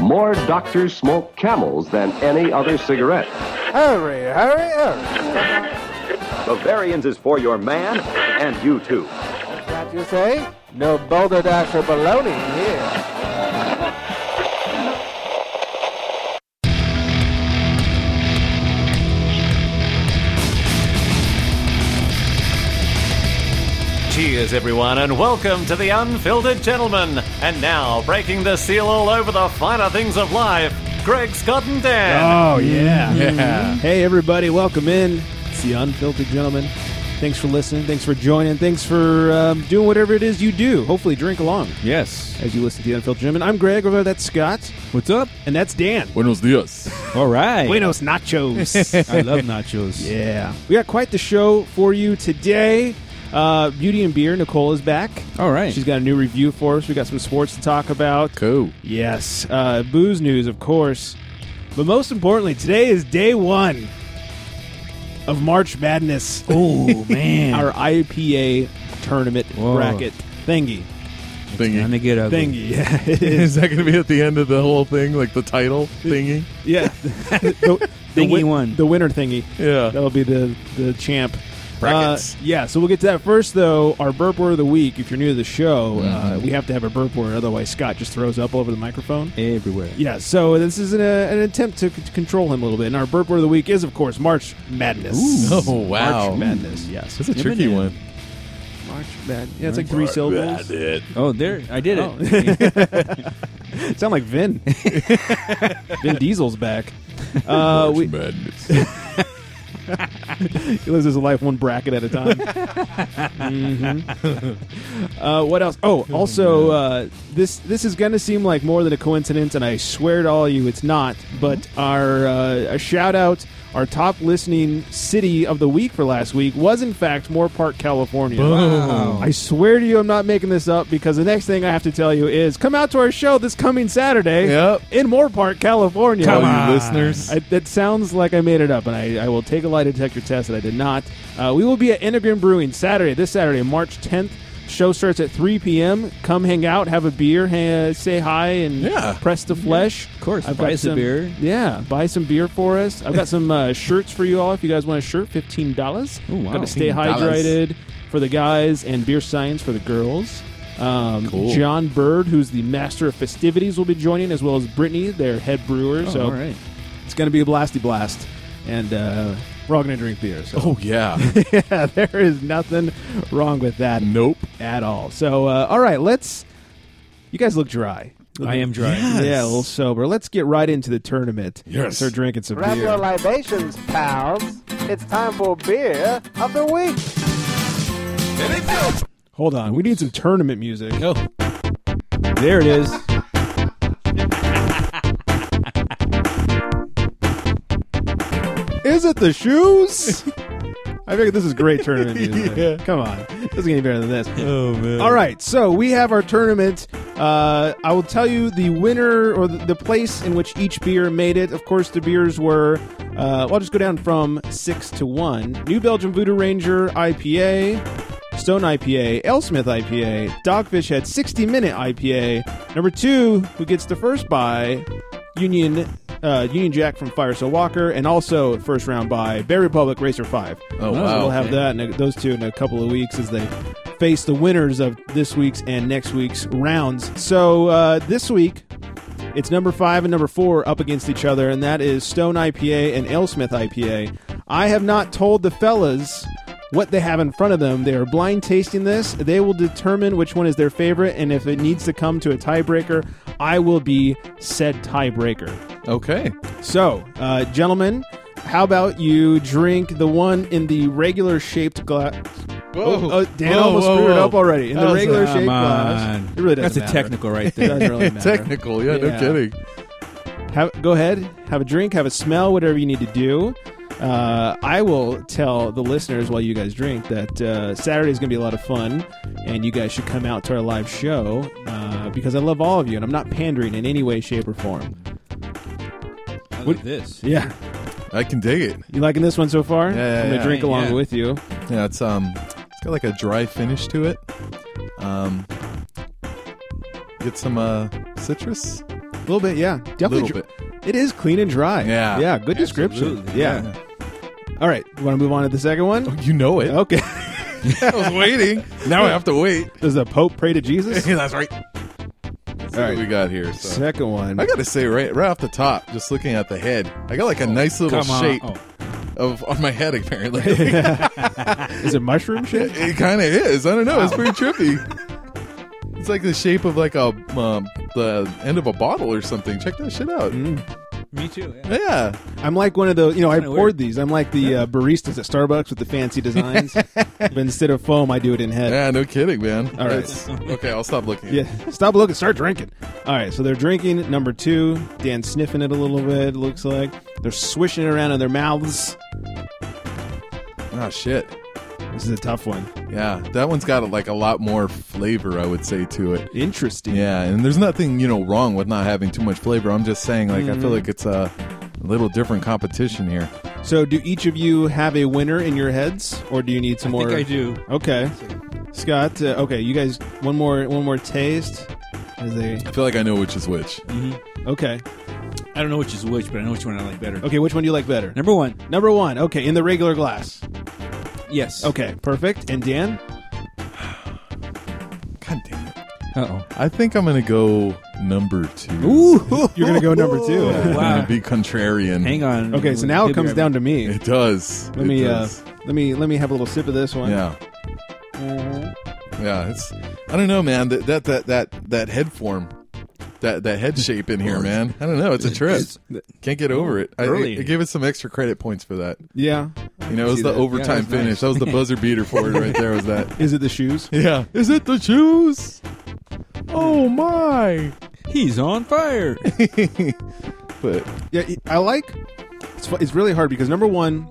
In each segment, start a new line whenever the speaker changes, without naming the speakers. More doctors smoke camels than any other cigarette.
Hurry, hurry, hurry.
Bavarians is for your man and you too.
Can't you say? No boulder dash or baloney here.
Cheers, everyone, and welcome to The Unfiltered Gentleman. And now, breaking the seal all over the finer things of life, Greg, Scott, and Dan.
Oh yeah.
Mm-hmm.
Hey everybody, welcome in. It's the Unfiltered Gentleman. Thanks for listening. Thanks for joining. Thanks for um, doing whatever it is you do. Hopefully, drink along
Yes.
as you listen to the Unfiltered Gentleman. I'm Greg. Over there, that's Scott,
What's up?
and that's Dan.
Buenos dias.
All right, Buenos Nachos.
I love nachos.
yeah, we got quite the show for you today. Uh, Beauty and Beer. Nicole is back.
All right.
She's got a new review for us. We got some sports to talk about.
cool.
Yes, uh, booze news, of course. But most importantly, today is day one of March Madness,
Oh man,
our IPA tournament
Whoa.
bracket thingy.
time
Thingy.
to get ugly.
Thingy, yeah, it
Is
is.
that going to be at the end of the whole thing, like the title thingy?
Yeah, the, the
Thingy
win-
one.
the winner thingy.
Yeah.
That'll be the the champ.
Brackets.
Uh, yeah, so we'll get to that first, though. Our burp word of the week. If you're new to the show, uh,
Mm-hmm.
we have to have a burp word, otherwise Scott just throws up over the microphone.
everywhere.
Yeah, so this is an, uh, an attempt to c- control him a little bit. And our burp word of the week is, of course, March Madness.
Ooh. Oh, wow.
March Madness, yes.
That's a tricky
Eminem.
one.
March Madness. Yeah, it's like three syllables.
Oh, there, I did
Oh.
it.
Sound like Vin. Vin Diesel's back. Uh, we,
Madness.
he lives his life one bracket at a time. Mhm. uh, what else? Oh, also, uh, this this is going to seem like more than a coincidence, and I swear to all you, it's not. But our uh, a shout out, our top listening city of the week for last week was in fact Moore Park, California. I swear to you, I'm not making this up because the next thing I have to tell you is come out to our show this coming Saturday
Yep.
in Moore Park, California.
All you listeners.
I, that sounds like I made it up, and I, I will take a lie detector test that I did not. Uh, we will be at Integrin Brewing Saturday, this Saturday, March 10th. Show starts at 3 p.m. Come hang out, have a beer, ha- say hi, and
Yeah.
press the flesh.
Of course, buy us a
some-
beer.
Yeah, buy some beer for us. I've got some uh, shirts for you all if you guys want a shirt, $15.
wow.
Got to stay hydrated for the guys and beer science for the girls. Um,
Cool.
John Bird, who's the master of festivities, will be joining, as well as Brittany, their head brewer. so
all right.
Oh, it's going to be a blasty blast, and uh, we're all going to drink beer. So
Oh, yeah.
yeah, there is nothing wrong with that
nope.
at all. So uh, all right, let's. You guys look dry.
I am dry.
Yeah, a little sober. Let's get right into the tournament.
Yes.
start drinking some
Grab your
beer.
libations, pals. It's time for beer of the week.
Hold on, we need some tournament music.
Oh, there it is.
Is it the shoes? I figured this is great tournament music. Come on, doesn't get any better than this.
Oh, man.
All right, so we have our tournament. Uh, I will tell you the winner or the, the place in which each beer made it. Of course, the beers were. Uh, well, I'll just go down from six to one. New Belgium Voodoo Ranger IPA, Stone IPA, Elsmith IPA, Dogfish Head 60 Minute IPA. Number two, who gets the first by Union. Uh, Union Jack from Fire So Walker, and also first round by Bear Republic Racer Five. So
Oh, wow.
We'll have that and those two in a couple of weeks as they face the winners of this week's and next week's rounds. So uh, this week, it's number five and number four up against each other, and that is Stone IPA and Alesmith IPA. I have not told the fellas what they have in front of them. They are blind tasting this. They will determine which one is their favorite, and if it needs to come to a tiebreaker, I will be said tiebreaker.
Okay.
So, uh, gentlemen, how about you drink the one in the regular shaped glass? Oh, oh, Dan
Whoa,
almost
whoa,
screwed it
whoa.
up already. In the
How's
regular
uh, Come
shaped glass.
on.
It really doesn't
That's a
matter.
technical right
It
there.
doesn't really matter.
Technical. Yeah,
Yeah.
no kidding.
Have, go ahead, have a drink, have a smell, whatever you need to do. Uh, I will tell the listeners while you guys drink that uh, Saturday is going to be a lot of fun, and you guys should come out to our live show uh, because I love all of you, and I'm not pandering in any way, shape, or form.
I love this?
Yeah,
I can dig it.
you liking this one so far?
Yeah, yeah,
I'm gonna
yeah.
drink along
Yeah.
with you.
Yeah, it's um, it's got like a dry finish to it. Um, get some uh citrus.
A little bit, yeah. Definitely.
Little
bit. It is clean and dry.
Yeah.
Yeah, good description.
Absolutely,
Yeah. All right. You want to move on to the second one?
You know it.
Okay.
I was waiting. Now I have to wait.
Does the Pope pray to Jesus?
Yeah, that's right. All right, we got here. so.
Second one.
I gotta say, right, right off the top, just looking at the head, I got like a nice little
Come on.
shape
Oh.
of on my head. Apparently,
Is it mushroom shit?
it kind of is. I don't know. It's pretty trippy. It's like the shape of like a um, the end of a bottle or something. Check that shit out.
Mm.
Me too. Yeah.
Yeah,
I'm like one of those, you know, I
Kinda
poured
weird.
these. I'm like the uh, baristas at Starbucks with the fancy designs. but instead of foam, I do it in head.
yeah. No kidding, man.
All right.
It's- okay, I'll stop looking.
Yeah. Stop looking. Start drinking. All right. So they're drinking. Number two. Dan sniffing it a little bit. Looks like they're swishing it around in their mouths.
Oh shit.
This is a tough one.
Yeah, that one's got like a lot more flavor, I would say, to it.
Interesting.
Yeah, and there's nothing you know wrong with not having too much flavor. I'm just saying, like, I
Mm-hmm.
feel like it's a little different competition here.
So do each of you have a winner in your heads, or do you need some
I
more?
think I do.
Okay. Scott. Uh, okay. You guys. One more. One more taste. As they.
I feel like I know which is which.
Okay.
I don't know which is which, but I know which one I like better.
Okay. Which one do you like better?
Number one.
Number one. Okay. In the regular glass.
Yes.
Okay. Perfect. And Dan.
God damn it!
Uh
I think I'm gonna go number two.
oh.
You're gonna go number two.
I'm
Wow.
gonna be contrarian.
Hang on.
Okay. So now it comes down to me.
It does.
Let
It
me uh,
does.
let me let me have a little sip of this one.
Yeah.
Mm-hmm.
Yeah. It's. I don't know, man. That that that that, that head form. That, that head shape in here, man. I don't know. It's a trip.
It's-
Can't get over it. I,
Early.
I, I gave it some extra credit points for that.
Yeah.
You know, it was
see
the
that. Yeah,
overtime
that's
finish.
nice.
That was the buzzer beater for it right there. Was that?
Is it the shoes?
Yeah. Is it the shoes? Oh my!
He's on fire.
But
Yeah, it- I like. It's, fu- it's really hard because number one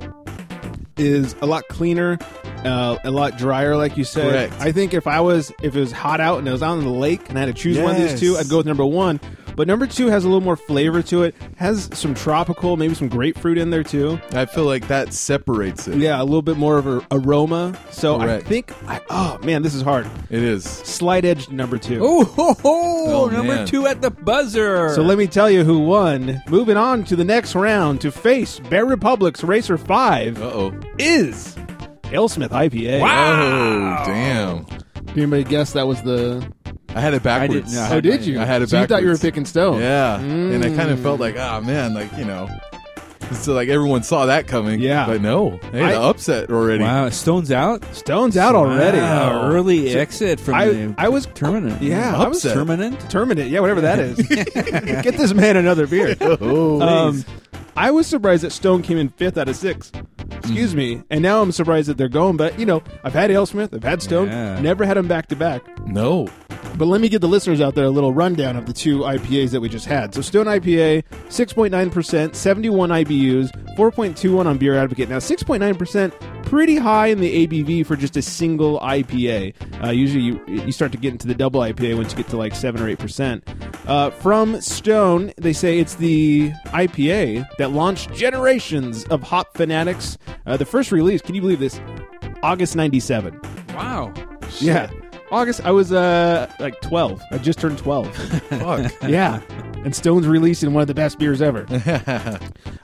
is a lot cleaner, uh, a lot drier, like you said.
Correct.
I think if I was if it was hot out and I was out on the lake and I had to choose one of these
Yes.
two, I'd go with number one. But number two has a little more flavor to it. Has some tropical, maybe some grapefruit in there too.
I feel like that separates it.
Yeah, a little bit more of a aroma. So
Correct.
I think, I, oh man, this is hard.
It is.
Slight edge to number two.
Oh, ho, ho.
Oh,
number
man.
two at the buzzer.
So let me tell you who won. Moving on to the next round to face Bear Republic's Racer 5
Uh oh.
is Alesmith IPA.
Oh damn!
Did anybody guess that was the?
I had it
I
backwards.
didn't. know.
Oh, did you?
I had it
So you thought you were
backwards.
picking Stone.
Yeah, and I kind of felt like, ah, man, like you know, so like everyone saw that coming.
Yeah.
but no, hey,
I-
the upset already.
Wow, Stone's out
Stone's out already.
Wow, early exit from
I-
the
I was-
terminant.
Yeah, I was-
upset. terminant.
Terminate. Yeah, whatever that is. Get this man another beer.
Oh,
Um, I was surprised that Stone came in fifth out of six. Excuse me. And now I'm surprised that they're going. But, you know, I've had Alesmith, I've had Stone,
Yeah.
never had them back to back.
no,
But let me give the listeners out there a little rundown of the two IPAs that we just had. So Stone IPA, 6.9%, 71 IBUs, 4.21 on Beer Advocate. Now 6.9%, pretty high in the ABV for just a single IPA. Uh, usually you, you start to get into the double IPA once you get to like 7 or 8%. Uh, from Stone, they say it's the IPA that launched generations of hop fanatics. Uh, the first release, can you believe this? August 97.
Wow.
Yeah. August, I was uh like 12. I just turned 12.
fuck.
yeah. And Stone's releasing one of the best beers ever.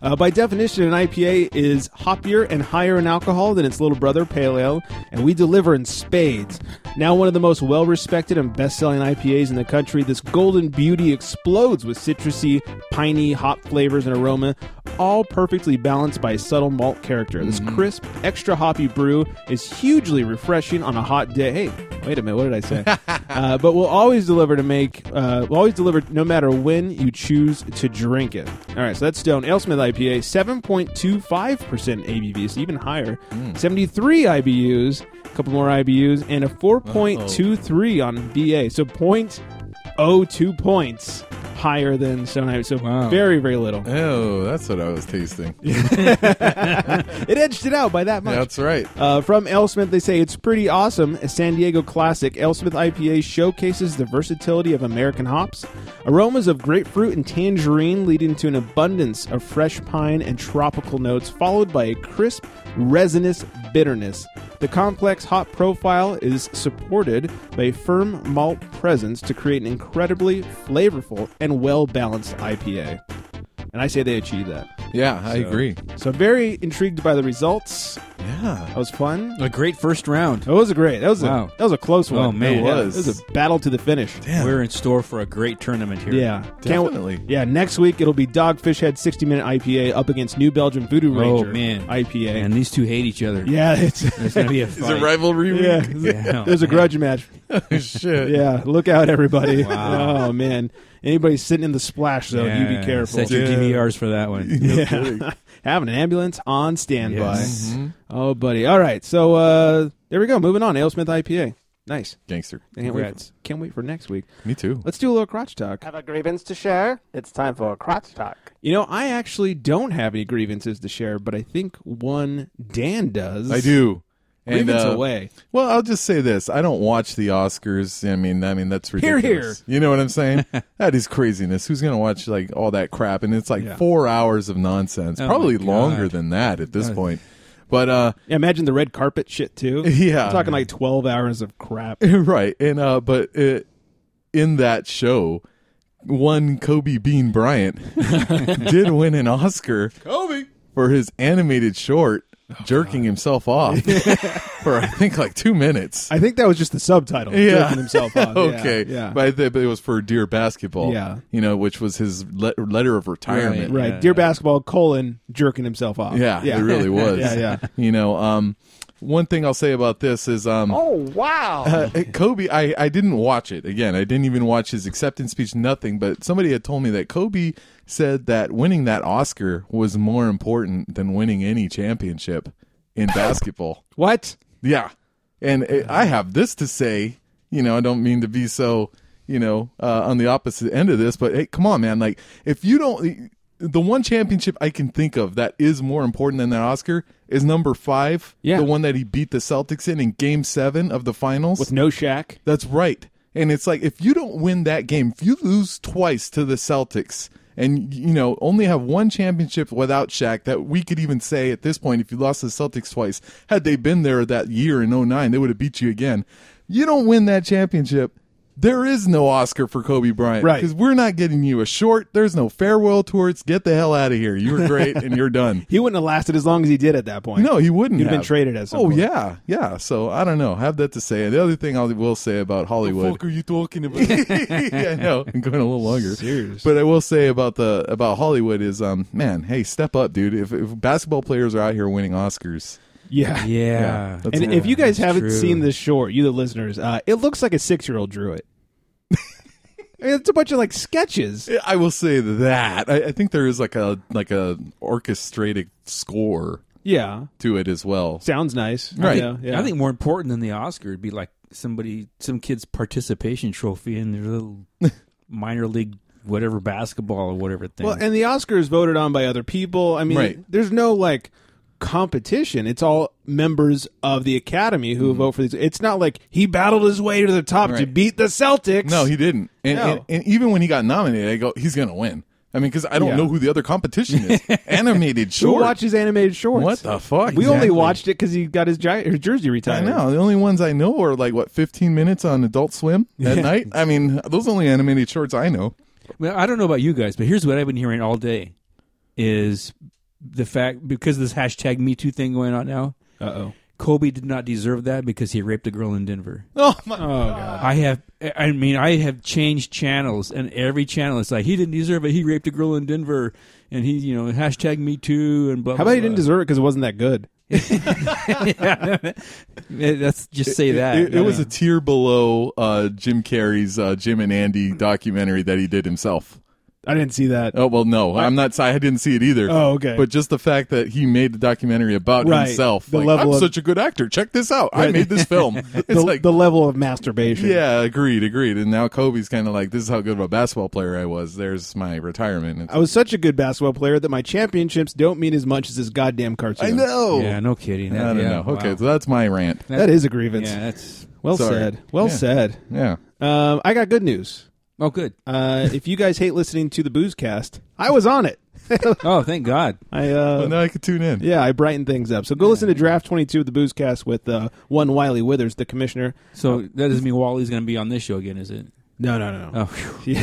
uh, by definition, an IPA is hoppier and higher in alcohol than its little brother, Pale Ale, and we deliver in spades. Now, one of the most well respected and best selling IPAs in the country, this golden beauty explodes with citrusy, piney, hop flavors and aroma, all perfectly balanced by a subtle malt character. This crisp, extra hoppy brew is hugely refreshing on a hot day. Hey, Wait a minute, what did I say? uh, but we'll always deliver to make, uh, we'll always deliver no matter when you choose to drink it. All right, so that's Stone Alesmith IPA, 7.25% ABV, so even higher. 73 IBUs, a couple more IBUs, and a 4.23 on BA, so 0.02 points higher than Stone IPA, so
Wow.
very, very little.
Oh, that's what I was tasting.
It edged it out by that much.
That's right.
Uh, from Elsmith, they say it's pretty awesome. A San Diego classic, Elsmith IPA showcases the versatility of American hops, aromas of grapefruit and tangerine, leading to an abundance of fresh pine and tropical notes, followed by a crisp, resinous bitterness. The complex hop profile is supported by a firm malt presence to create an incredibly flavorful and well balanced IPA. And I say they achieved that.
Yeah, I agree.
So very intrigued by the results.
Yeah.
That was fun.
A great first round.
That was a great. That was
Wow.
a that was a close one.
Oh, man. It
was.
It was a battle to the finish.
Yeah.
We're in store for a great tournament here.
Yeah, Can't w-
Definitely.
yeah, next week it'll be Dogfish Head 60 Minute IPA up against New Belgium Voodoo
Oh
Ranger
man,
IPA.
And these two hate each other.
yeah, it's
It's gonna be a
Is it
fight.
rivalry week?
yeah,
Yeah.
there's a grudge match.
Shit.
Yeah, look out, everybody! Oh man, anybody sitting in the splash zone, you
Yeah,
be careful.
Set your DVRs for that one.
yeah, having an ambulance on standby.
Yes.
Oh, buddy. All right, so uh, there we go. Moving on, Alesmith IPA. Nice.
Gangster.
Can't wait,
Congrats.
can't wait for next week.
Me too.
Let's do a little crotch talk.
Have a grievance to share? It's time for a crotch talk.
You know, I actually don't have any grievances to share, but I think one Dan does.
I do. And,
Grievance
uh,
away.
Well, I'll just say this: I don't watch the Oscars. I mean, I mean that's ridiculous.
hear.
You know what I'm saying? that is craziness. Who's gonna watch like all that crap? And it's like four hours of nonsense.
Oh,
Probably
my
longer
God.
than that at this point. But uh,
Yeah, imagine the red carpet shit too.
Yeah.
I'm talking like twelve hours of crap.
right, and uh, but uh in that show, one Kobe Bean Bryant did win an Oscar. Kobe for his animated short.
Oh,
Jerking himself off for I think like two minutes.
I think that was just the subtitle.
yeah.
jerking himself off. Yeah,
okay.
yeah,
But I thi- but it was for Deer Basketball.
Yeah.
You know, which was his le- letter of retirement.
right.
Yeah,
Dear
yeah.
basketball colon jerking himself off.
Yeah, It really was.
Yeah, yeah.
You know, um, one thing I'll say about this is, um,
Oh wow!
uh, Kobe. I I didn't watch it again. I didn't even watch his acceptance speech. Nothing. But somebody had told me that Kobe said that winning that Oscar was more important than winning any championship in basketball.
What?
Yeah. And uh, I have this to say, you know, I don't mean to be so, you know, uh, on the opposite end of this, but hey, come on, man. Like, if you don't, the one championship I can think of that is more important than that Oscar is number five,
Yeah.
the one that he beat the Celtics in in game seven of the finals.
With no Shaq.
That's right. And it's like if you don't win that game, if you lose twice to the Celtics and you know only have one championship without Shaq that we could even say at this point if you lost to the Celtics twice, had they been there that year in 09, they would have beat you again. You don't win that championship, there is no Oscar for Kobe Bryant
Right.
cuz we're not getting you a short. There's no farewell tours. Get the hell out of here. You were great and you're done.
He wouldn't have lasted as long as he did at that point.
No, he wouldn't.
He'd have been
have.
traded at some
Oh
point.
yeah, yeah. So I don't know. Have that to say. The other thing I will say about Hollywood. What fuck are you talking about? yeah, I know. I'm going a little longer.
Serious.
But I will say about the about Hollywood is um man, hey, step up, dude. If, if basketball players are out here winning Oscars,
Yeah.
Yeah.
that's
And if you guys haven't
true.
seen this short, you the listeners, uh, it looks like a six-year-old drew it. it's a bunch of like sketches.
I will say that I, I think there is like a like a orchestrated score
Yeah,
to it as well.
sounds nice.
Right.
Yeah, yeah.
I think more important than the Oscar would be like somebody, some kid's participation trophy in their little minor league, whatever basketball or whatever thing.
Well, and the Oscars voted on by other people. I mean,
Right.
there's no like competition. It's all members of the Academy who vote for these. It's not like he battled his way to the top to
Mm-hmm. Right.
beat the Celtics.
No, he didn't. And,
No.
and, and even when he got nominated, I go, he's going to win. I mean, because I don't
Yeah.
know who the other competition is. Animated
who
short.
watches animated shorts?
What the fuck?
We only
Exactly.
watched it because he got his, gi- his jersey
I
retired.
know. The only ones I know are like what 15 minutes on Adult Swim at night. I mean, those are only animated shorts I know.
Well, I don't know about you guys, but here's what I've been hearing all day is the fact because of this hashtag Me Too thing going on now.
Uh oh.
Kobe did not deserve that because he raped a girl in Denver.
Oh my!
I have, I mean, I have changed channels, and every channel is like, he didn't deserve it. He raped a girl in Denver, and he, you know, hashtag Me Too and blah.
How about
blah,
he didn't deserve it because it wasn't that good?
blah. Yeah, That's just say that.
It, it
Yeah.
was a tier below uh, Jim Carrey's uh, Jim and Andy documentary that he did himself.
I didn't see that.
Oh well, no, I'm not. I didn't see it either.
Oh, okay.
But just the fact that he made the documentary about
Right.
himself.
The
like,
level
I'm
of-
such a good actor. Check this out. I
Right.
made this film. It's
the,
like
the level of masturbation.
yeah, agreed, agreed. And now Kobe's kind of like, this is how good of a basketball player I was. There's my retirement. It's,
I was such a good basketball player that my championships don't mean as much as this goddamn cartoon.
I know.
yeah, no kidding.
I don't know. Okay, so that's my rant.
That is a grievance.
yeah, that's
Well
Sorry.
said. Well
Yeah.
said.
Yeah.
Um, I got good news.
oh good.
Uh, if you guys hate listening to the Boozecast, I was on it.
oh, thank God.
I uh,
Well, now I could tune in.
yeah, I brighten things up. So go listen to Draft 22 of the Boozecast with uh, one Wiley Withers, the commissioner.
So that doesn't mean Wally's going to be on this show again, is it?
No, no, no, no.
Oh, phew.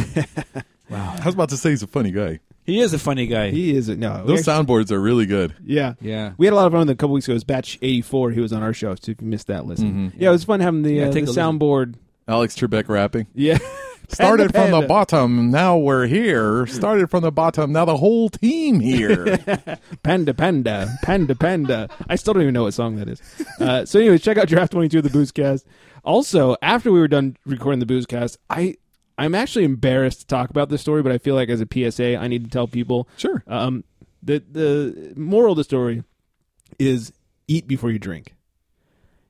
I was about to say he's a funny guy.
he is a funny guy.
He is no. we
Those soundboards are really good.
Yeah.
Yeah.
We had a lot of fun with him a couple weeks ago. It was batch 84. He was on our show, so if you missed that, listen. Yeah, it was fun having the, uh, the
take a listen.
soundboard.
Alex Trebek rapping.
Yeah.
Started from the
Panda.
bottom, now we're here. Started from the bottom, now the whole team here.
Panda, panda, panda, panda. I still don't even know what song that is. Uh, so, anyways, check out Draft 22 of the Boozcast. Also, after we were done recording the Boozcast, I. I'm actually embarrassed to talk about this story, but I feel like as a PSA, I need to tell people.
Sure.
Um, the the moral of the story is eat before you drink.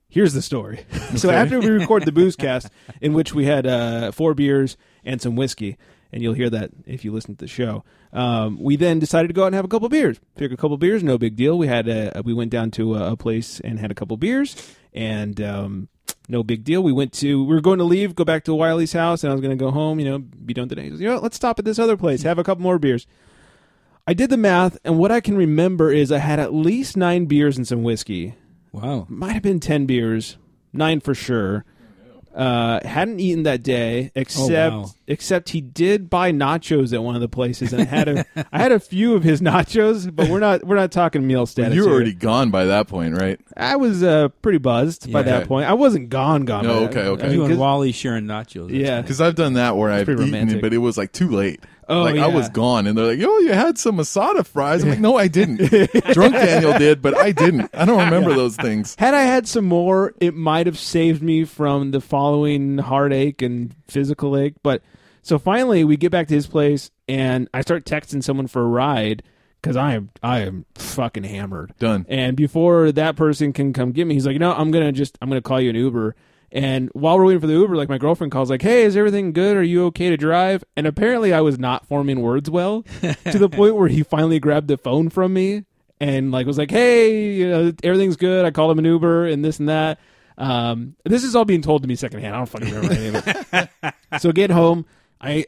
Here's the story. so after we record the booze cast, in which we had uh, four beers and some whiskey, and you'll hear that if you listen to the show. Um, we then decided to go out and have a couple beers. Pick a couple beers, no big deal. We had a, we went down to a, a place and had a couple beers, and um, no big deal. We went to we were going to leave, go back to Wiley's house, and I was going to go home. You know, be done today. He goes, you know, what? let's stop at this other place, have a couple more beers. I did the math, and what I can remember is I had at least nine beers and some whiskey.
Wow.
Might have been ten beers, nine for sure. Uh, hadn't eaten that day, except
wow.
except he did buy nachos at one of the places, and I had a I had a few of his nachos, but we're not we're not talking meal status.
you were
here.
already gone by that point, right?
I was uh, pretty buzzed by
Yeah.
that
Okay.
point. I wasn't gone gone.
No,
by that.
okay, okay.
Uh,
You and
'cause-
Wally sharing nachos. That's
yeah,
Because I've done that where I've
pretty
eaten
romantic.
it, but it was like too late.
Oh,
like
yeah.
I was gone, and they're like, "Yo, you had some asada fries." I'm like, "No, I didn't." Drunk Daniel did, but I didn't. I don't remember those things.
Had I had some more, it might have saved me from the following heartache and physical ache. But so finally, we get back to his place, and I start texting someone for a ride because I am I am fucking hammered.
Done.
And before that person can come get me, he's like, "No, I'm gonna just I'm gonna call you an Uber." And while we're waiting for the Uber, like my girlfriend calls, like, "Hey, is everything good? Are you okay to drive?" And apparently, I was not forming words well, to the point where he finally grabbed the phone from me and like was like, "Hey, you know, everything's good." I called him an Uber and this and that. Um, this is all being told to me secondhand. I don't fucking remember any of it. so get home. I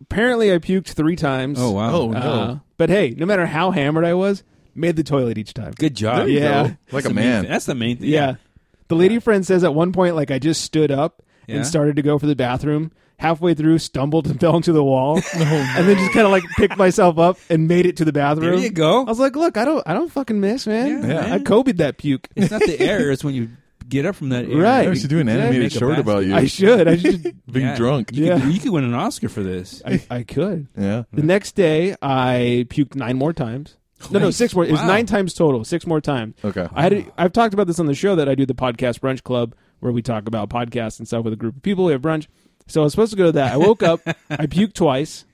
apparently I puked three times.
Oh, wow.
Oh no,
Uh, but hey, no matter how hammered I was, made the toilet each time.
Good job.
There you Yeah. go.
like
That's
a
the main
man.
thing. That's the main thing.
Yeah. The lady friend says at one point, like, I just stood up
Yeah.
and started to go for the bathroom. Halfway through, stumbled and fell into the wall, and then just kind of like picked myself up and made it to the bathroom.
Oh, There you go.
I was like, "Look, I don't, I don't fucking miss, man.
Yeah, Yeah.
I copied that puke.
It's not the air. It's when you get up from that air.
Right.
I should do an
Exactly.
animated
Make a
short
basket.
about you
I should, I should,
being
Yeah.
drunk.
You,
Yeah.
could, you could win an Oscar for this.
I, I could."
Yeah.
The next day, I puked nine more times. No, no,
Nice.
six more. It was
Wow.
nine times total. Six more times.
Okay.
I had. to- I've talked about this on the show that I do the podcast brunch club where we talk about podcasts and stuff with a group of people. We have brunch. So I was supposed to go to that. I woke up. I puked twice,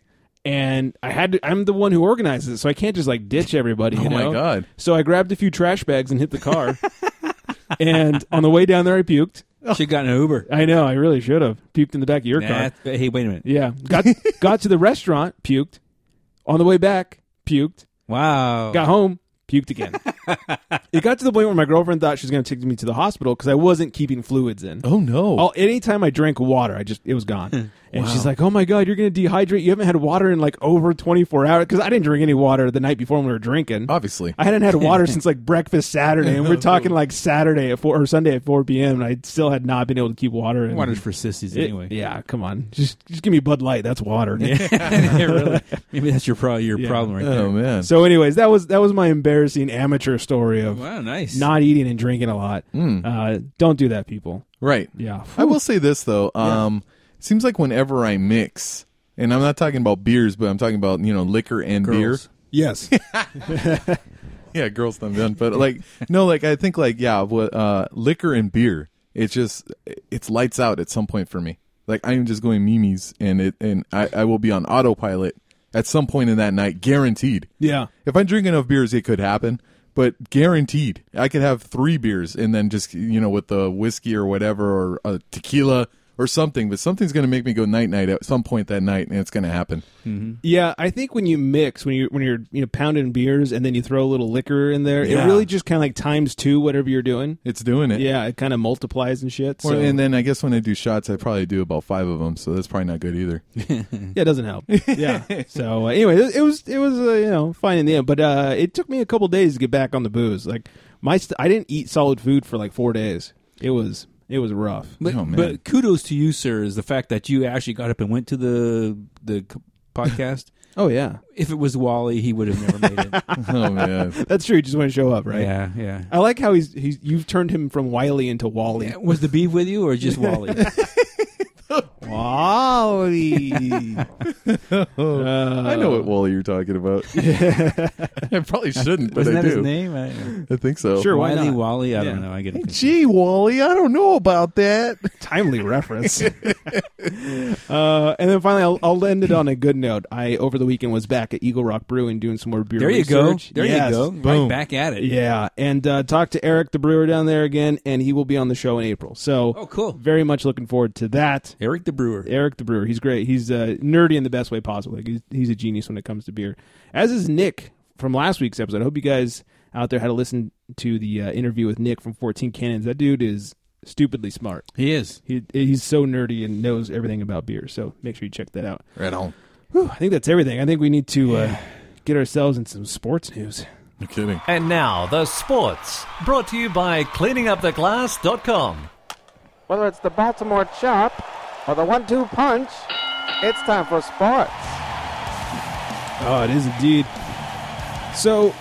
and I had. To, I'm the one who organizes it, so I can't just like ditch everybody. You
Oh, my
know?
God.
So I grabbed a few trash bags and hit the car. and on the way down there, I puked.
Should have gotten an Uber.
I know. I really should have puked in the back of your car.
Nah, hey, wait a minute.
Yeah. Got got to the restaurant, puked. On the way back, puked.
Wow.
Got home, puked again. Uh-huh. it got to the point where my girlfriend thought she was going to take me to the hospital because I wasn't keeping fluids in.
Oh no.
All, anytime I drank water, I just it was gone. And she's like, "Oh my god, you're going to dehydrate. You haven't had water in like over 24 hours because I didn't drink any water the night before when we were drinking.
Obviously.
I hadn't had water since like breakfast Saturday, and we're talking like Saturday at four or Sunday at 4 p.m. And I still had not been able to keep water. In.
Water's for sissies
It-
anyway.
yeah, come on, just just give me Bud Light. That's water.
Yeah, really. Maybe that's your pro- your problem right there.
oh man.
So, anyways, that was that was my embarrassing amateur story of
Wow, nice.
not eating and drinking a lot. Uh, don't do that, people.
right.
Yeah,
Hmm. I will say this though. Um, seems like whenever I mix, and I'm not talking about beers, but I'm talking about you know liquor and
Girls.
yes,
beer. Yeah, girls done done. But like, no, like I think like yeah, what uh, liquor and beer. It's just it's lights out at some point for me. Like I am just going memes, and it and I, I will be on autopilot at some point in that night, guaranteed.
yeah.
If I drink enough beers, it could happen, but guaranteed, I could have three beers and then just you know with the whiskey or whatever or a tequila or something, but something's going to make me go night night at some point that night, and it's going to happen.
Yeah, I think when you mix, when you when you're you know pounding beers and then you throw a little liquor in there,
Yeah.
it really just kind of like times two whatever you're doing.
It's doing it.
Yeah, it kind of multiplies and shit.
Or-
so-
And then I guess when I do shots, I probably do about five of them, so that's probably not good either.
Yeah, it doesn't help. Yeah. so uh, anyway, it, it was it was uh, you know fine in the end, but uh, it took me a couple days to get back on the booze. Like my st- I didn't eat solid food for like four days. It was it was rough.
But,
Oh, man.
but kudos to you, sir, is the fact that you actually got up and went to the the c- podcast.
Oh yeah,
if it was Wally, he would have never made it.
oh man,
that's true. You just want to show up, right?
Yeah, yeah.
I like how he's he's you've turned him from Wiley into Wally.
Was the bee with you or just Wally?
Wally.
I know
Uh,
what Wally you're talking about. I probably shouldn't, but
Wasn't
I
that
do.
his name? I,
I think so.
Sure, why
Wiley
not?
Wally. I
Yeah.
don't know. I get it.
Gee, Wally, I don't know about that.
Timely reference. uh, and then finally, I'll, I'll end it on a good note. I over the weekend was back at Eagle Rock Brewing doing some more beer.
There you go.
research.
There
Yes.
you go.
Boom.
Right back at it.
Yeah, and uh, talk to Eric the brewer down there again, and he will be on the show in April. So,
Oh, cool.
Very much looking forward to that.
Eric the Brewer.
Eric the brewer, he's great. He's uh, nerdy in the best way possible. Like, he's, he's a genius when it comes to beer. As is Nick from last week's episode. I hope you guys out there had to listen to the uh, interview with Nick from Fourteen Cannons. That dude is stupidly smart.
He is.
He, he's so nerdy and knows everything about beer. So make sure you check that out.
Right on.
Whew, I think that's everything. I think we need to uh, get ourselves in some sports news.
No kidding.
And now, the sports, brought to you by cleaninguptheglass.com.
Whether it's the Baltimore Chop or the one-two punch, it's time for sports.
Oh, it is indeed. So,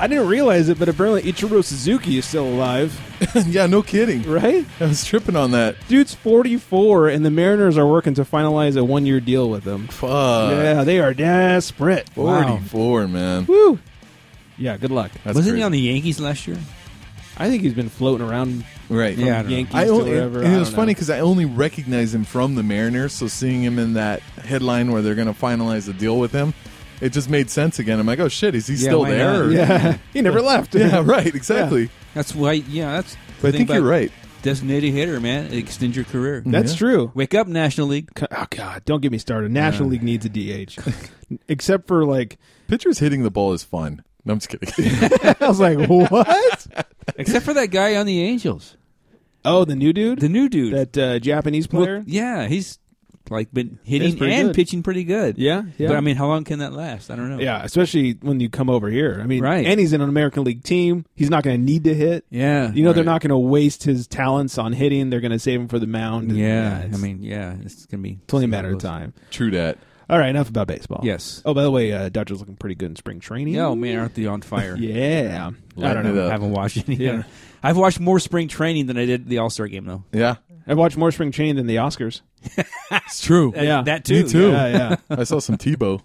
I didn't realize it, but apparently Ichiro Suzuki is still alive,
yeah, no kidding.
right?
I was tripping on that.
Dude's 44, and the Mariners are working to finalize a one year deal with him.
Fuck.
yeah, they are desperate. Wow.
44, man.
Woo! Yeah, good luck.
That's
Wasn't
crazy.
he on the Yankees last year?
I think he's been floating around
Right.
Yeah, I don't know.
Yankees
I
to
only,
wherever.
and
I
it was
don't
funny
know.
because I only recognize him from the Mariners. So seeing him in that headline where they're going to finalize the deal with him, it just made sense again. I'm like, oh shit, is he
Yeah,
still
why
there?
not?
Or-
Yeah, he never left.
Yeah, right. Exactly.
That's why. Yeah, that's. the
But I
thing
think
about
you're right.
Designated hitter, man. Extend your career.
That's
Yeah.
true.
Wake up, National League.
Oh, God, don't get me started. National League needs a DH. Except for, like,
Pitchers hitting the ball is fun. No, I'm just kidding.
I was like, what?
Except for that guy on the Angels,
oh, the new dude?
the new dude.
that uh, Japanese
Well,
player.
yeah, he's like been
That's
hitting
pretty
and
good.
pitching pretty good.
Yeah, yeah.
But I mean, how long can that last? I don't know.
yeah, especially when you come over here. I mean,
Right.
and he's in an American League team. He's not going to need to hit.
Yeah.
You know, they're
Right.
not going to waste his talents on hitting. They're going to save him for the mound. And,
yeah. I
it's-
mean, yeah. It's gonna be
it's only a matter of time.
True that.
All right, enough about baseball.
Yes.
Oh, by the way, uh, Dodgers looking pretty good in spring training.
Yeah, Oh man, aren't they on fire?
Yeah. I don't
Lighten
know.
it
I
up.
haven't watched any.
Yeah.
I've watched more spring training than I did the All Star game though.
Yeah,
I've watched more spring training than the Oscars.
It's true.
Yeah.
Uh, that too.
Me too.
Yeah, yeah.
I saw some Tebow.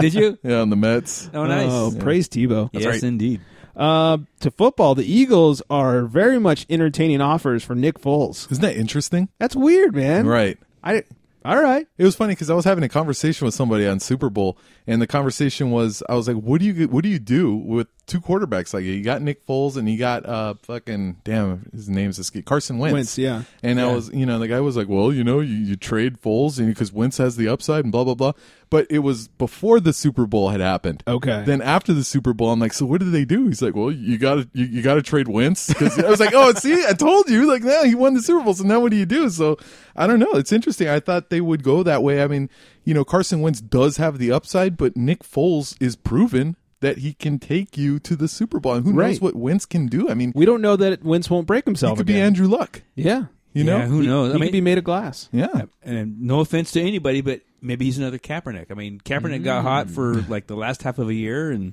Did you?
Yeah, on the Mets.
Oh, nice.
Oh, praise Tebow.
yes, indeed.
Uh, to football, the Eagles are very much entertaining offers for Nick Foles.
Isn't that interesting?
That's weird, man.
Right.
I. All right.
It was funny because I was having a conversation with somebody on Super Bowl, and the conversation was, I was like, "What do you what do you do with two quarterbacks like you got Nick Foles and you got uh fucking damn his name's escape Carson Wentz,
Wentz, yeah.
And I was you know the guy was like, well you know you, you trade Foles and because Wentz has the upside and blah blah blah, but it was before the Super Bowl had happened.
Okay.
Then after the Super Bowl, I'm like, so what did they do? He's like, well you got to you, you got to trade Wentz because I was like, oh see I told you like now he won the Super Bowl so now what do you do? So I don't know. It's interesting. I thought they would go that way. I mean, you know, Carson Wentz does have the upside, but Nick Foles is proven that he can take you to the Super Bowl. And who knows
Right.
what Wentz can do? I mean,
We don't know that Wentz won't break himself.
he could be
again.
Andrew Luck.
Yeah.
You know?
yeah, who knows?
He
I mean,
could be made of glass.
yeah.
and no offense to anybody, but maybe he's another Kaepernick. I mean, Kaepernick got
Mm.
hot for like the last half of a year, and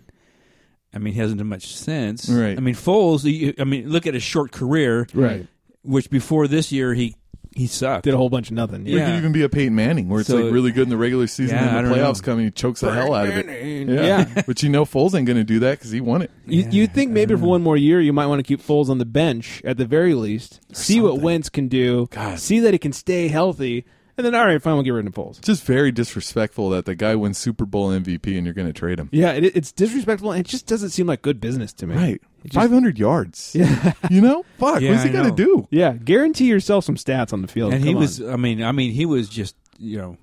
I mean, he hasn't done much since.
Right.
I mean, Foles. He, I mean, look at his short career,
Right.
which before this year he he sucked.
Did a whole bunch of nothing.
Or
Yeah.
It could even be a Peyton Manning, where it's
So-
like really good in the regular season,
Yeah, I
and the
don't
playoffs
know.
come and he chokes the hell out of it.
Yeah.
but you know Foles ain't going to do that because he won it.
You, you think maybe
um,
for one more year you might want to keep Foles on the bench at the very least. see what Wentz can do. See that he can stay healthy. And then all right, fine, we'll get rid of Foles.
It's just very disrespectful that the guy wins Super Bowl MVP and you're going to trade him.
Yeah, it, it's disrespectful and it just doesn't seem like good business to me.
Right.
It just-
Five hundred yards. Yeah. You know, fuck.
Yeah,
what's he
I
got to
know.
do?
yeah, guarantee yourself some stats on the field.
and he
Come on.
was. I mean, I mean, he was just you know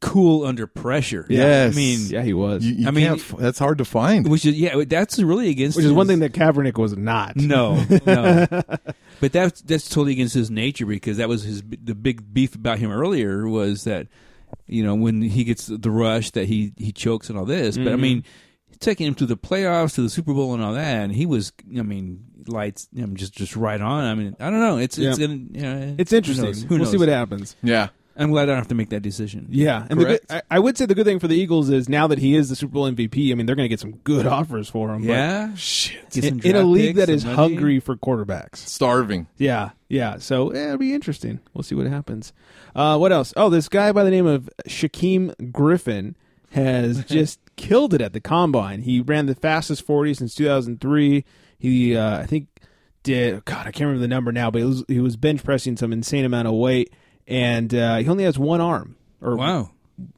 cool under pressure.
Yes.
I mean,
yeah, he was.
You, you
I mean-
can't f- that's hard to find.
which is yeah, that's really against
which is
his-
one thing that Kaepernick was not.
No, no. but that's that's totally against his nature because that was his the big beef about him earlier was that you know when he gets the rush that he he chokes and all this.
Mm-hmm.
But I mean, taking him to the playoffs to the Super Bowl and all that, and he was I mean lights you know, just just right on. I mean, I don't know. It's it's
Yeah.
gonna you know,
It's
who
interesting.
knows? Who
we'll
knows?
see what happens.
Yeah.
I'm glad I don't have to make that decision.
Yeah, and the good,
Correct.
I, I would say the good thing for the Eagles is now that he is the Super Bowl MVP. I mean, they're going to get some good offers for him. but
Yeah.
Shit.
Get some
in, in a
draft
league
picks,
that
some
is
money.
hungry for quarterbacks.
Starving.
Yeah, yeah. So eh, it'll be interesting. We'll see what happens. Uh, what else? Oh, this guy by the name of Shaquem Griffin has just killed it at the combine. He ran the fastest forty since 2003. He, uh, I think, did. God, I can't remember the number now, but he was, he was bench pressing some insane amount of weight, and uh, he only has one arm. Or
Wow.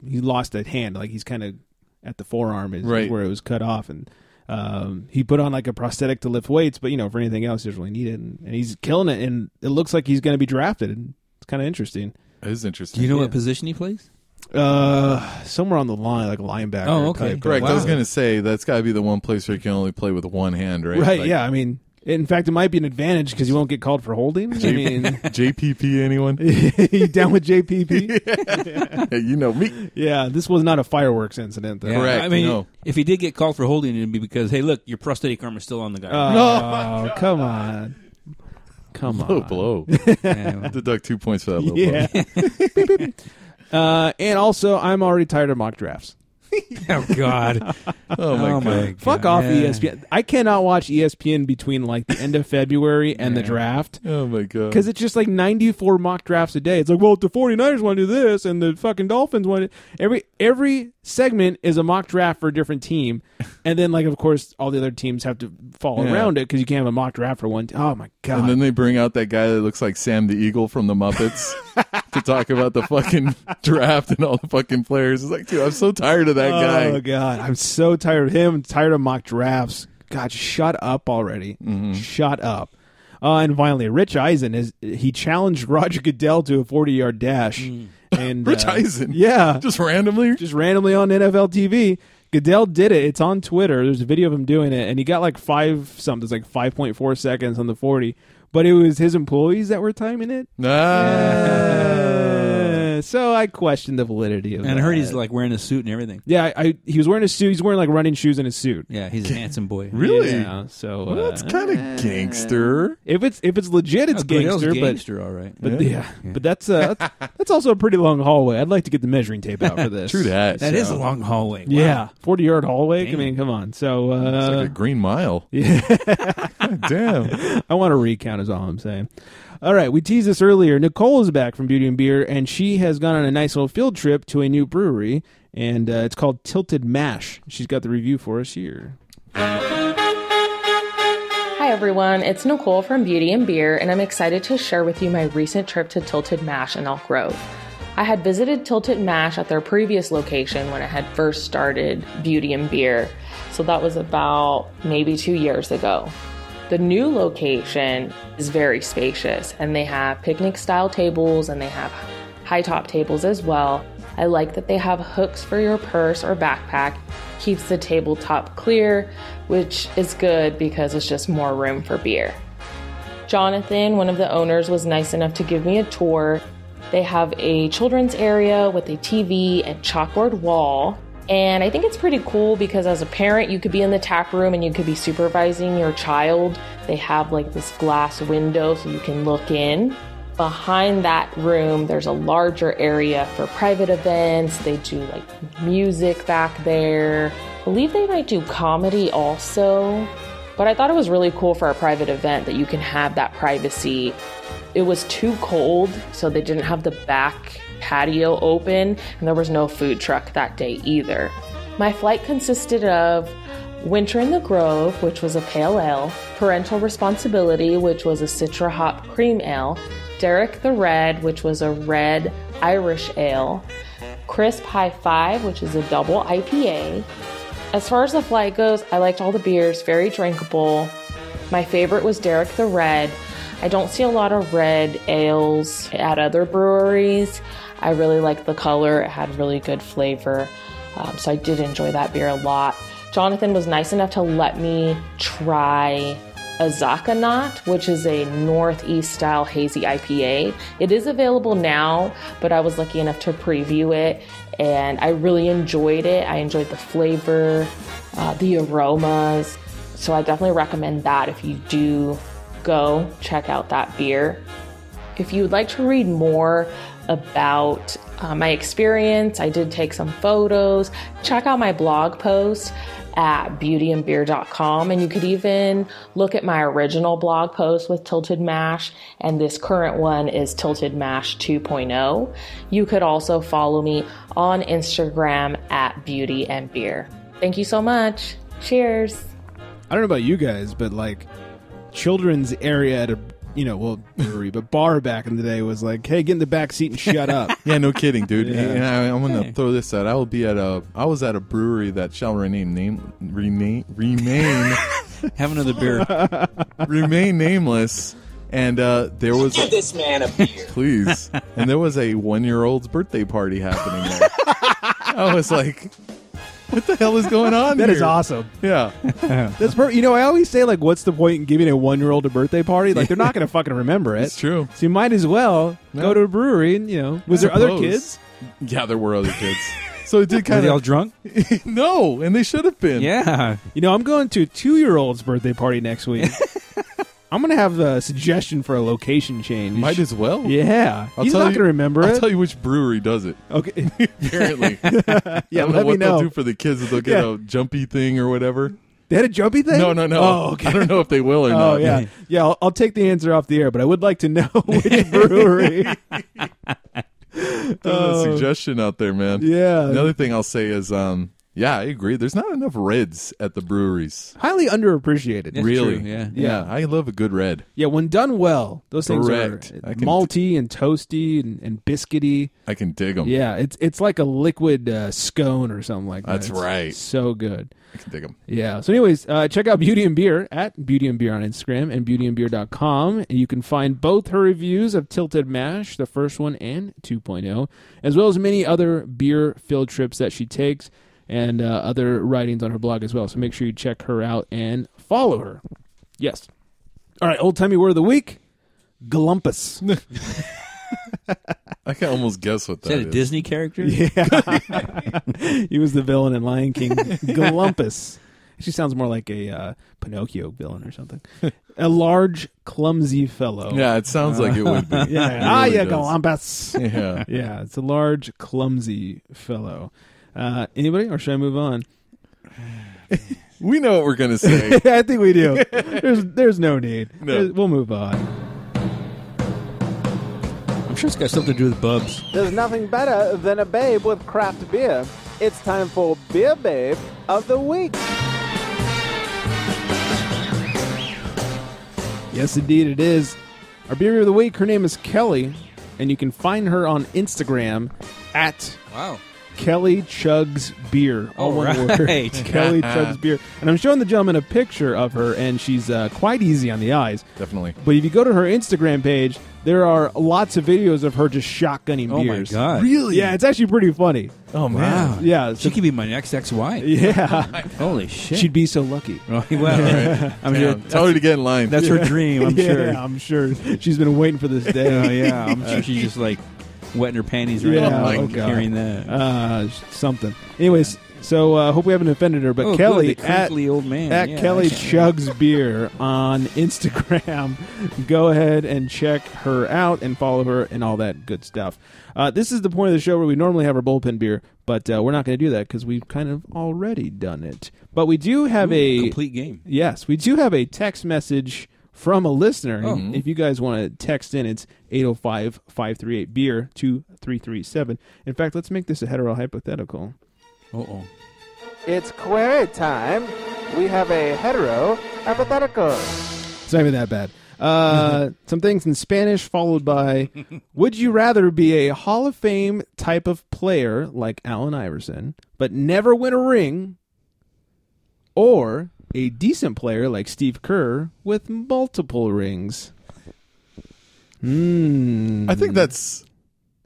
he lost a hand, like he's kind of at the forearm is, is
Right.
where it was cut off, and um, he put on like a prosthetic to lift weights, but you know for anything else he doesn't really need it, and, and he's killing it, and it looks like he's going to be drafted, and it's kind of interesting.
That is
Do
interesting.
you know
Yeah.
what position he plays?
Uh, somewhere on the line, like linebacker.
Oh, okay.
type.
Correct. I was
Wow.
gonna say that's got to be the one place where you can only play with one hand, right?
right?
Like,
yeah, I mean, in fact, it might be an advantage because you won't get called for holding. I mean,
JPP. Anyone?
you down with JPP?
Hey, you know me.
yeah, this was not a fireworks incident, though.
Yeah,
Correct,
I mean,
no.
if he did get called for holding, it'd be because, hey, look, your prosthetic arm is still on the guy.
Oh, come on, come on.
Low Oh, blow.
Yeah.
Deduct two points for that. Low blow.
Yeah. Beep, beep. Uh, and also, I'm already tired of mock drafts.
oh God!
Oh my
oh
god.
my
Fuck
God.
off E
Yeah.
ESPN. I cannot watch E ESPN between like the end of February and the
Yeah.
draft
Oh my god.
because it's just like 94 mock drafts a day. It's like, well, the 49ers want to do this and the fucking Dolphins want to. Every every segment is a mock draft for a different team, and then like of course all the other teams have to fall
Yeah.
around it because you can't have a mock draft for one. T- oh my god.
And then they bring out that guy that looks like Sam the Eagle from the Muppets to talk about the fucking draft and all the fucking players. It's like, dude, I'm so tired of that
Oh
guy.
god, I'm so tired of him. I'm tired of mock drafts. God, shut up already.
Mm-hmm.
Shut up. Uh, and finally, Rich Eisen is he challenged Roger Goodell to a 40 yard dash. And
Mm. Rich
uh,
Eisen.
yeah, just,
Just randomly.
randomly on NFL TV. Goodell did it. It's on Twitter. There's a video of him doing it, and he got like five something. It's like 5.4 seconds on the 40, but it was his employees that were timing it.
Nah.
Uh, so I question the validity of
And I heard he's
that.
like wearing a suit and everything.
Yeah, I, I he was wearing a suit. He's wearing like running shoes and a suit.
Yeah, he's a handsome boy.
Really?
Yeah, so uh,
Well, that's kind of gangster.
if it's if it's legit, it's
Oh, Goodell's
gangster,
gangster, all right.
but but yeah, but that's uh that's, that's also a pretty long hallway. I'd like to get the measuring tape out for this.
True that.
That
So,
is a long hallway. Wow.
Yeah, forty yard hallway. I
Damn.
mean, come on. So
It's
uh,
like a green mile. God damn.
I want to recount is all I'm saying. All right, we teased this earlier. Nicole is back from Beauty and Beer, and she has gone on a nice little field trip to a new brewery, and uh, it's called Tilted Mash. She's got the review for us here.
Hi everyone, it's Nicole from Beauty and Beer, and I'm excited to share with you my recent trip to Tilted Mash in Elk Grove. I had visited Tilted Mash at their previous location when I had first started Beauty and Beer, so that was about maybe two years ago. The new location is very spacious, and they have picnic style tables and they have high top tables as well. I like that they have hooks for your purse or backpack, keeps the tabletop clear, which is good because it's just more room for beer. Jonathan, one of the owners, was nice enough to give me a tour. They have a children's area with a TV and chalkboard wall. And I think it's pretty cool because as a parent, you could be in the tap room and you could be supervising your child. They have like this glass window so you can look in. Behind that room, there's a larger area for private events. They do like music back there. I believe they might do comedy also. But I thought it was really cool for a private event that you can have that privacy. It was too cold, so they didn't have the back patio open, and there was no food truck that day either. My flight consisted of Winter in the Grove, which was a pale ale, Parental Responsibility, which was a Citra Hop cream ale, Derek the Red, which was a red Irish ale, Crisp High Five, which is a double IPA, As far as the flight goes, I liked all the beers, very drinkable. My favorite was Derek the Red. I don't see a lot of red ales at other breweries. I really liked the color, it had really good flavor. Um, so I did enjoy that beer a lot. Jonathan was nice enough to let me try Azaka Knot, which is a Northeast style hazy IPA. It is available now, but I was lucky enough to preview it and I really enjoyed it. I enjoyed the flavor, uh, the aromas. So I definitely recommend that if you do go check out that beer. If you would like to read more about uh, my experience, I did take some photos. Check out my blog post at beautyandbeer.com, and you could even look at my original blog post with Tilted Mash, and this current one is Tilted Mash 2.0. You could also follow me on Instagram at Beauty and Beer. Thank you so much. Cheers.
I don't know about you guys, but like children's area at a you know well brewery, but bar back in the day was like, hey, get in the back seat and shut up.
Yeah, no kidding, dude. And I, am gonna throw this out. I will be at a. I was at a brewery that shall rename name remain remain
Have another beer.
remain nameless, and uh, there was
Give this man a beer.
please, and there was a one year old's birthday party happening. There. I was like, what the hell is going on?
That is
here?
awesome.
Yeah,
That's per- you know I always say like, what's the point in giving a one year old a birthday party? Like they're not going to fucking remember it.
It's true.
So you might as well go to a brewery and you know. Was there other
Suppose.
kids?
Yeah, there were other kids. So it did
Are
kind
they all
of
drunk?
no, and they should have been.
Yeah.
You know, I'm going to a two year old's birthday party next week. I'm going to have a suggestion for a location change.
might as well.
Yeah,
I'll
he's
tell
not going
you-
to remember
I'll
it.
tell you which brewery does it.
okay.
Apparently,
yeah,
I don't know
let
what
me know.
they'll do for the kids. If they'll get
Yeah.
a jumpy thing or whatever.
they had a jumpy thing.
No, no, no.
Oh, okay.
I don't know if they will or
Oh
not.
yeah, yeah. I'll, I'll take the answer off the air, but I would like to know which brewery.
Throwing a
Oh.
suggestion out there, man.
Yeah.
Another thing I'll say is, um, yeah, I agree. There's not enough reds at the breweries.
Highly underappreciated.
That's
really?
true, yeah.
yeah. I love a good red.
Yeah, when done well, those
Correct.
things are
I can-
malty and toasty and, and biscuity.
I can dig them.
Yeah, it's it's like a liquid uh, scone or something like that.
That's
It's
right.
So good.
I can dig them.
Yeah. So, anyways, uh, check out Beauty and Beer at Beauty and Beer on Instagram and beautyandbeer.com. And you can find both her reviews of Tilted Mash, the first one and 2.0, as well as many other beer field trips that she takes and uh, other writings on her blog as well. So, make sure you check her out and follow her. Yes. All right. Old timey word of the week Glumpus.
I can almost guess what
Is that a
is.
Disney character?
he was the villain in Lion King. Glumpus. She sounds more like a uh, Pinocchio villain or something. a large, clumsy fellow.
Yeah, it sounds like it would be.
Yeah.
It
ah,
really
yeah,
does.
Golumbus.
Yeah.
yeah, it's a large, clumsy fellow. Uh, anybody, or should I move on?
We know what we're going to say.
I think we do. there's, there's no need.
No.
There's- We'll move on.
I'm sure it's got something to do with Bubs.
There's nothing better than a babe with craft beer. It's time for Beer Babe of the Week.
Yes, indeed, it is. Our beer of the week. Her name is Kelly, and you can find her on Instagram at
Wow.
Kelly Chugs Beer. All
All
one
right.
word. Kelly Chugs Beer. And I'm showing the gentleman a picture of her, and she's uh, quite easy on the eyes.
Definitely.
But if you go to her Instagram page, there are lots of videos of her just shotgunning
Oh, my
beers.
God.
Really? Yeah, it's actually pretty funny.
Oh, man.
Wow.
Yeah,
She
so-
could be my next ex-wife.
Yeah,
Holy shit.
she'd be so lucky.
Oh, well, I'm sure
Damn. Tell her to get in line.
that's her dream, I'm
yeah,
sure.
I'm sure she's been waiting for this day.
Oh, yeah. I'm sure she's just like wetting her panties right
Yeah,
now, like
oh, God.
hearing that.
uh, something. Anyways, so uh, hope we haven't offended her. But
Oh, good,
Kelly
the
at
crinkly old man.
at
Yeah,
Kelly
okay.
Chugs Beer on Instagram. Go ahead and check her out and follow her and all that good stuff. Uh, this is the point of the show where we normally have our bullpen beer, but uh, we're not going to do that because we've kind of already done it. But we do have a
complete game.
Yes, we do have a text message from a listener.
Oh.
If you guys want to text in, it's 805 538 beer 2337. In fact, let's make this a hetero hypothetical.
Uh-oh.
It's query time. We have a hetero hypothetical.
It's not even that bad. Uh, some things in Spanish, followed by Would you rather be a Hall of Fame type of player like Allen Iverson, but never win a ring, or a decent player like Steve Kerr with multiple rings? Hmm.
I think that's.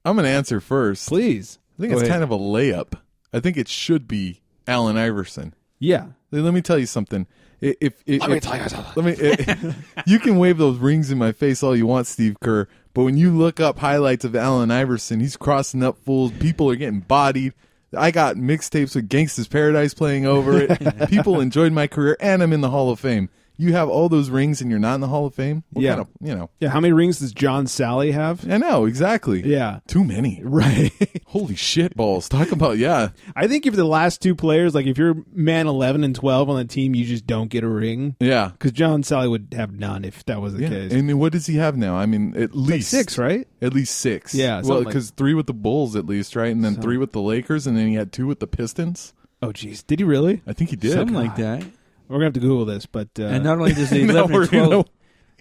I'm going to answer first.
Please.
I think it's kind of a layup. I think it should be Allen Iverson.
Yeah.
Let let me tell you something. I- If, if, let me tell you something. Let me. i- you can wave those rings in my face all you want, Steve Kerr. But when you look up highlights of Allen Iverson, he's crossing up fools. People are getting bodied. I got mixtapes with Gangsta's Paradise playing over it. People enjoyed my career, and I'm in the Hall of Fame. You have all those rings, and you're not in the Hall of Fame. What
Yeah.
kind of- you know.
Yeah. How many rings does John Sally have?
I know exactly.
Yeah.
too many.
Right.
Holy shit balls! Talk about yeah.
I think if the last two players, like if you're man 11 and 12 on the team, you just don't get a ring.
Yeah.
Because John Sally would have none if that was the case.
And what does he have now? I mean, at least
six, right?
At least six.
Yeah,
Well,
something like-
because three with the Bulls, at least, right? And then three with the Lakers, and then he had two with the Pistons.
oh, geez. Did he really?
I think he did.
something like that.
We're going to have to Google this, but. Uh,
And not only does the
Uh, Now
11
we're
and 12,
gonna-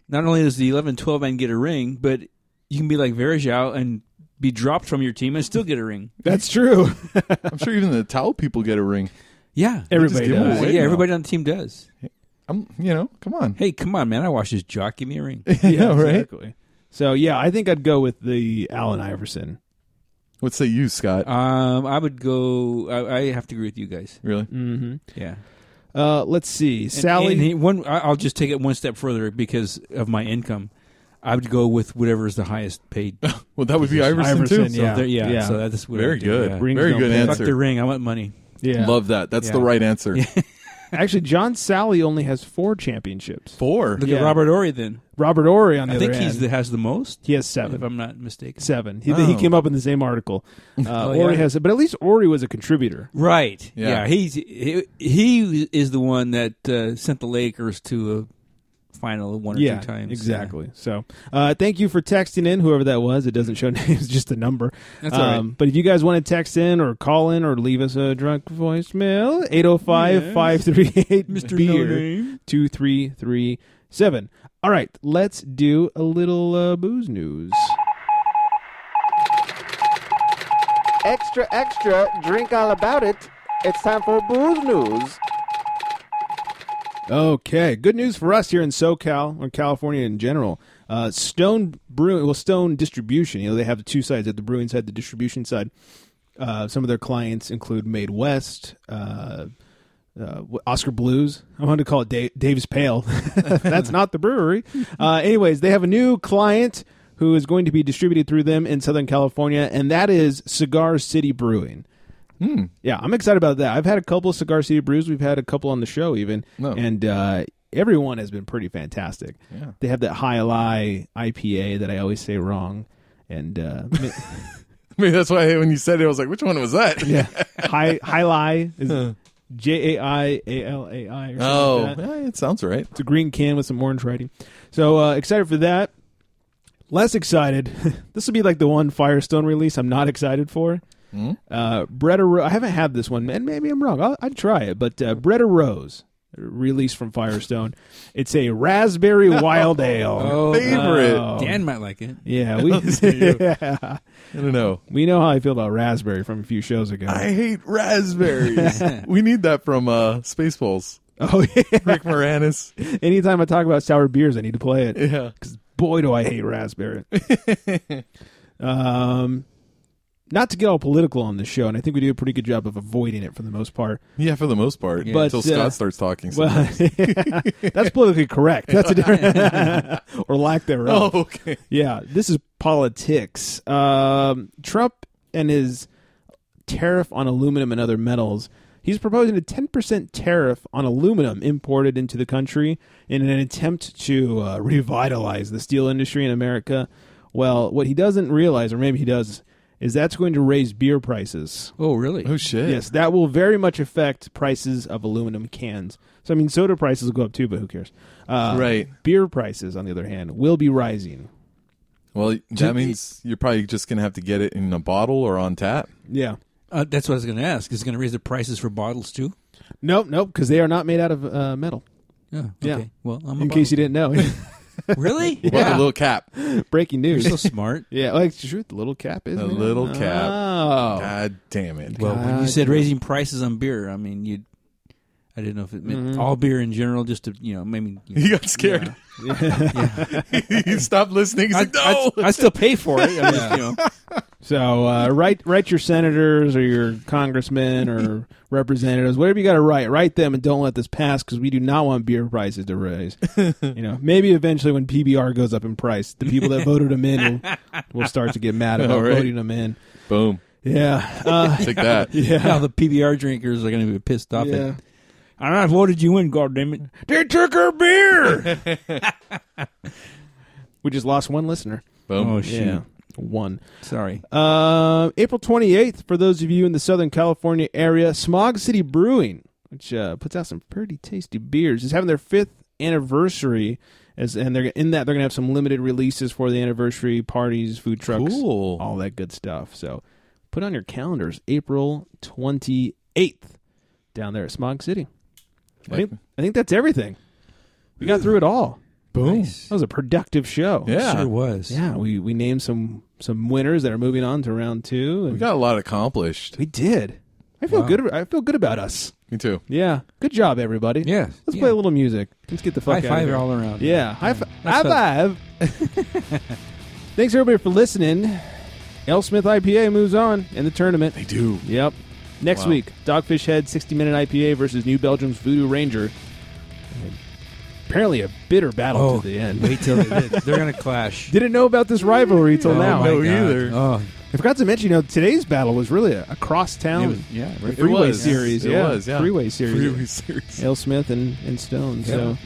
not only does the 11 and 12 man get a ring, but you can be like Verjao and be dropped from your team and still get a ring.
that's true.
I'm sure even the towel people get a ring.
Yeah.
Everybody
give him
does.
away.
Uh, yeah,
now.
everybody on the team does.
I'm, you know, come on.
Hey, come on, man. I watched this jock. Give me a ring.
yeah, right.
Exactly. So, yeah, I think I'd go with the Allen Iverson.
What say you, Scott?
Um, I would go. I, I have to agree with you guys.
really?
Yeah,
Uh, let's see. Sally.
And he- one, I- I'll just take it one step further because of my income. I would go with whatever is the highest paid. So
Well, that would be Iverson,
Iverson,
too.
yeah.
there- yeah, So that's what I
Very
would do,
good.
yeah.
Rings
Very
don't
good
pay.
Fuck the
answer.
ring. I want money.
yeah.
Love that. That's the
Yeah.
right answer.
Actually, John Sally only has four championships.
Four.
Look
Yeah.
at Robert Ory. Then
Robert Ory, on the
I
other
think
hand,
he's the, has the most.
he has
If
seven.
I'm not mistaken.
Seven. He, he
Oh.
came up in the same article. Uh,
Oh,
Ori
yeah.
has it, but at least Ori was a contributor.
Right.
Yeah.
Yeah. He's he, he is the one that uh, sent the Lakers to a final one or
yeah,
two times.
exactly. So, uh, thank you for texting in, whoever that was. It doesn't show names, just a number. Um,
That's all right.
But if you guys want to text in or call in or leave us a drunk voicemail, 805 538
Mr. No
Beer
Name.
2337. All right, let's do a little uh, booze news.
Extra, extra, drink all about it. It's time for booze news.
Okay, good news for us here in SoCal or California in general. Uh, Stone Brewing, well, Stone Distribution. You know, they have the two sides: they have the brewing side, the distribution side. Uh, some of their clients include Made West, uh, uh, wh- Oscar Blues. I wanted to call it Dave, Dave's Pale. That's not the brewery. Uh, anyways, they have a new client who is going to be distributed through them in Southern California, and that is Cigar City Brewing. Yeah, I'm excited about that. I've had a couple of Cigar City brews. We've had a couple on the show even,
No.
and uh, everyone has been pretty fantastic. Yeah. They have that High Lie IPA that I always say wrong, and uh,
Maybe that's why when you said it, I was like, which one was that?
yeah, High High Lie is J A I A L A I. or something
Oh,
like that.
eh, it sounds right.
It's a green can with some orange writing. So uh, excited for that. Less excited. this will be like the one Firestone release I'm not excited for. Uh, Bretta Ro- I haven't had this one, and maybe I'm wrong. I'll, I'd try it, but uh, Bretta Rose released from Firestone. it's a raspberry wild ale.
Oh,
Favorite.
uh, Dan might like it.
Yeah, we
I don't know.
we know how I feel about raspberry from a few shows ago.
I hate raspberries. we need that from uh, Spaceballs.
oh yeah.
Rick Moranis.
Anytime I talk about sour beers, I need to play it.
Yeah.
because boy do I hate raspberry. um, not to get all political on this show, and I think we do a pretty good job of avoiding it for the most part.
Yeah, for the most part.
But,
Until
uh,
Scott starts talking.
Well, that's politically correct. That's a different or lack
oh,
thereof.
okay.
Yeah, this is politics. Um, Trump and his tariff on aluminum and other metals. He's proposing a 10% tariff on aluminum imported into the country in an attempt to uh, revitalize the steel industry in America. Well, what he doesn't realize, or maybe he does, is that's going to raise beer prices.
Oh, really?
Oh, shit.
Yes, that will very much affect prices of aluminum cans. So, I mean, soda prices will go up too, but who cares? Uh,
Right.
Beer prices, on the other hand, will be rising.
Well, that means you're probably just going to have to get it in a bottle or on tap.
Yeah.
Uh, that's what I was going to ask. Is it going to raise the prices for bottles too?
Nope, nope, because they are not made out of uh, metal.
Yeah. Okay.
Yeah.
Well, I'm a
In case you didn't know,
bottle- really.
What a little cap.
breaking
You're
news.
so smart.
yeah, like shoot, the little cap is
A
made out-
little cap.
Oh,
God damn it.
Well, when you said raising prices on beer, I mean you. I I didn't know if it meant all beer in general, just to you know, maybe. You know,
He got scared. he stopped listening. He's like, no.
I still pay for it. I'm just, you know.
So uh, write write your senators or your congressmen or representatives, whatever you got to write. Write them and don't let this pass because we do not want beer prices to raise. you know, maybe eventually when PBR goes up in price, the people that voted them in will, will start to get mad about
All right.
voting them in.
Boom.
Yeah, uh,
Take that.
Now the PBR drinkers are going to be pissed off.
Yeah.
At, and I voted you in, God damn it!
they took our beer. we just lost one listener.
Boom.
Oh shit!
one.
Sorry.
Uh, April 28th, for those of you in the Southern California area, Smog City Brewing, which uh, puts out some pretty tasty beers, is having their fifth anniversary. As, and they're in that they're gonna have some limited releases for the anniversary parties, food trucks,
Cool.
all that good stuff. So put on your calendars, April twenty eighth, down there at Smog City. I think, I think that's everything. We got through it all.
Boom.
That was a productive show.
Yeah.
Sure was.
Yeah, we we named some some winners that are moving on to round two. And
We got a lot accomplished.
we did. I feel good. I feel good about us.
Me too.
Yeah. Good job, everybody.
Yeah.
Let's
Yeah.
play a little music. Let's get the fuck
High
out of
five
here.
all around.
yeah. High, fi- high
That's
five. Thanks everybody for listening. L Smith IPA moves on in the tournament.
They do.
Yep. Next week, Dogfish Head 60 minute IPA versus New Belgium's Voodoo Ranger. And Apparently, a bitter battle
Oh,
to the end.
wait till they, they're going to clash.
Didn't know about this rivalry till
Oh,
now.
my
No,
God.
either.
Oh,
I forgot to mention, you know, today's battle was really a, a cross
It
town
was- yeah, right.
freeway
was.
series.
It
yeah,
was, yeah.
freeway series.
Freeway series.
Ale Smith and, and Stone. So,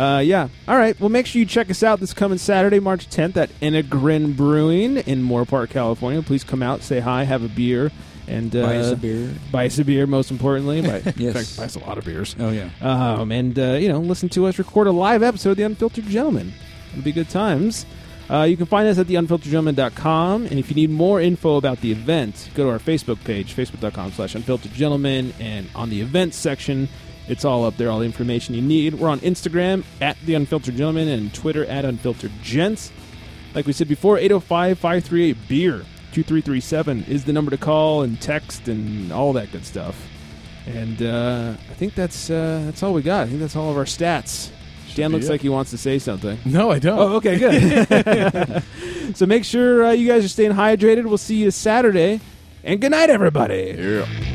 uh, yeah. All right. Well, make sure you check us out this coming Saturday, March 10th at Enegrin Brewing in Moore Park, California. Please come out, say hi, have a beer, and uh,
buy us a beer.
Buy us a beer, most importantly. Buy, in
Yes.
fact, buy us a lot of beers.
Oh yeah.
Um, and uh, you know, listen to us record a live episode of the Unfiltered Gentleman. It'll be good times. Uh, you can find us at theunfilteredgentleman.com, and if you need more info about the event, go to our Facebook page, facebook.com slash unfilteredgentleman, and on the events section, it's all up there, all the information you need. We're on Instagram at the Unfiltered Gentleman and Twitter at Unfiltered Gents. Like we said before, 805 538 Beer 2337 is the number to call and text and all that good stuff. And uh, I think that's uh, that's all we got. I think that's all of our stats. Dan
be
looks
it.
like he wants to say something.
No, I don't.
Oh, okay, good. so make sure uh, you guys are staying hydrated. We'll see you Saturday. And good night, everybody.
Yeah.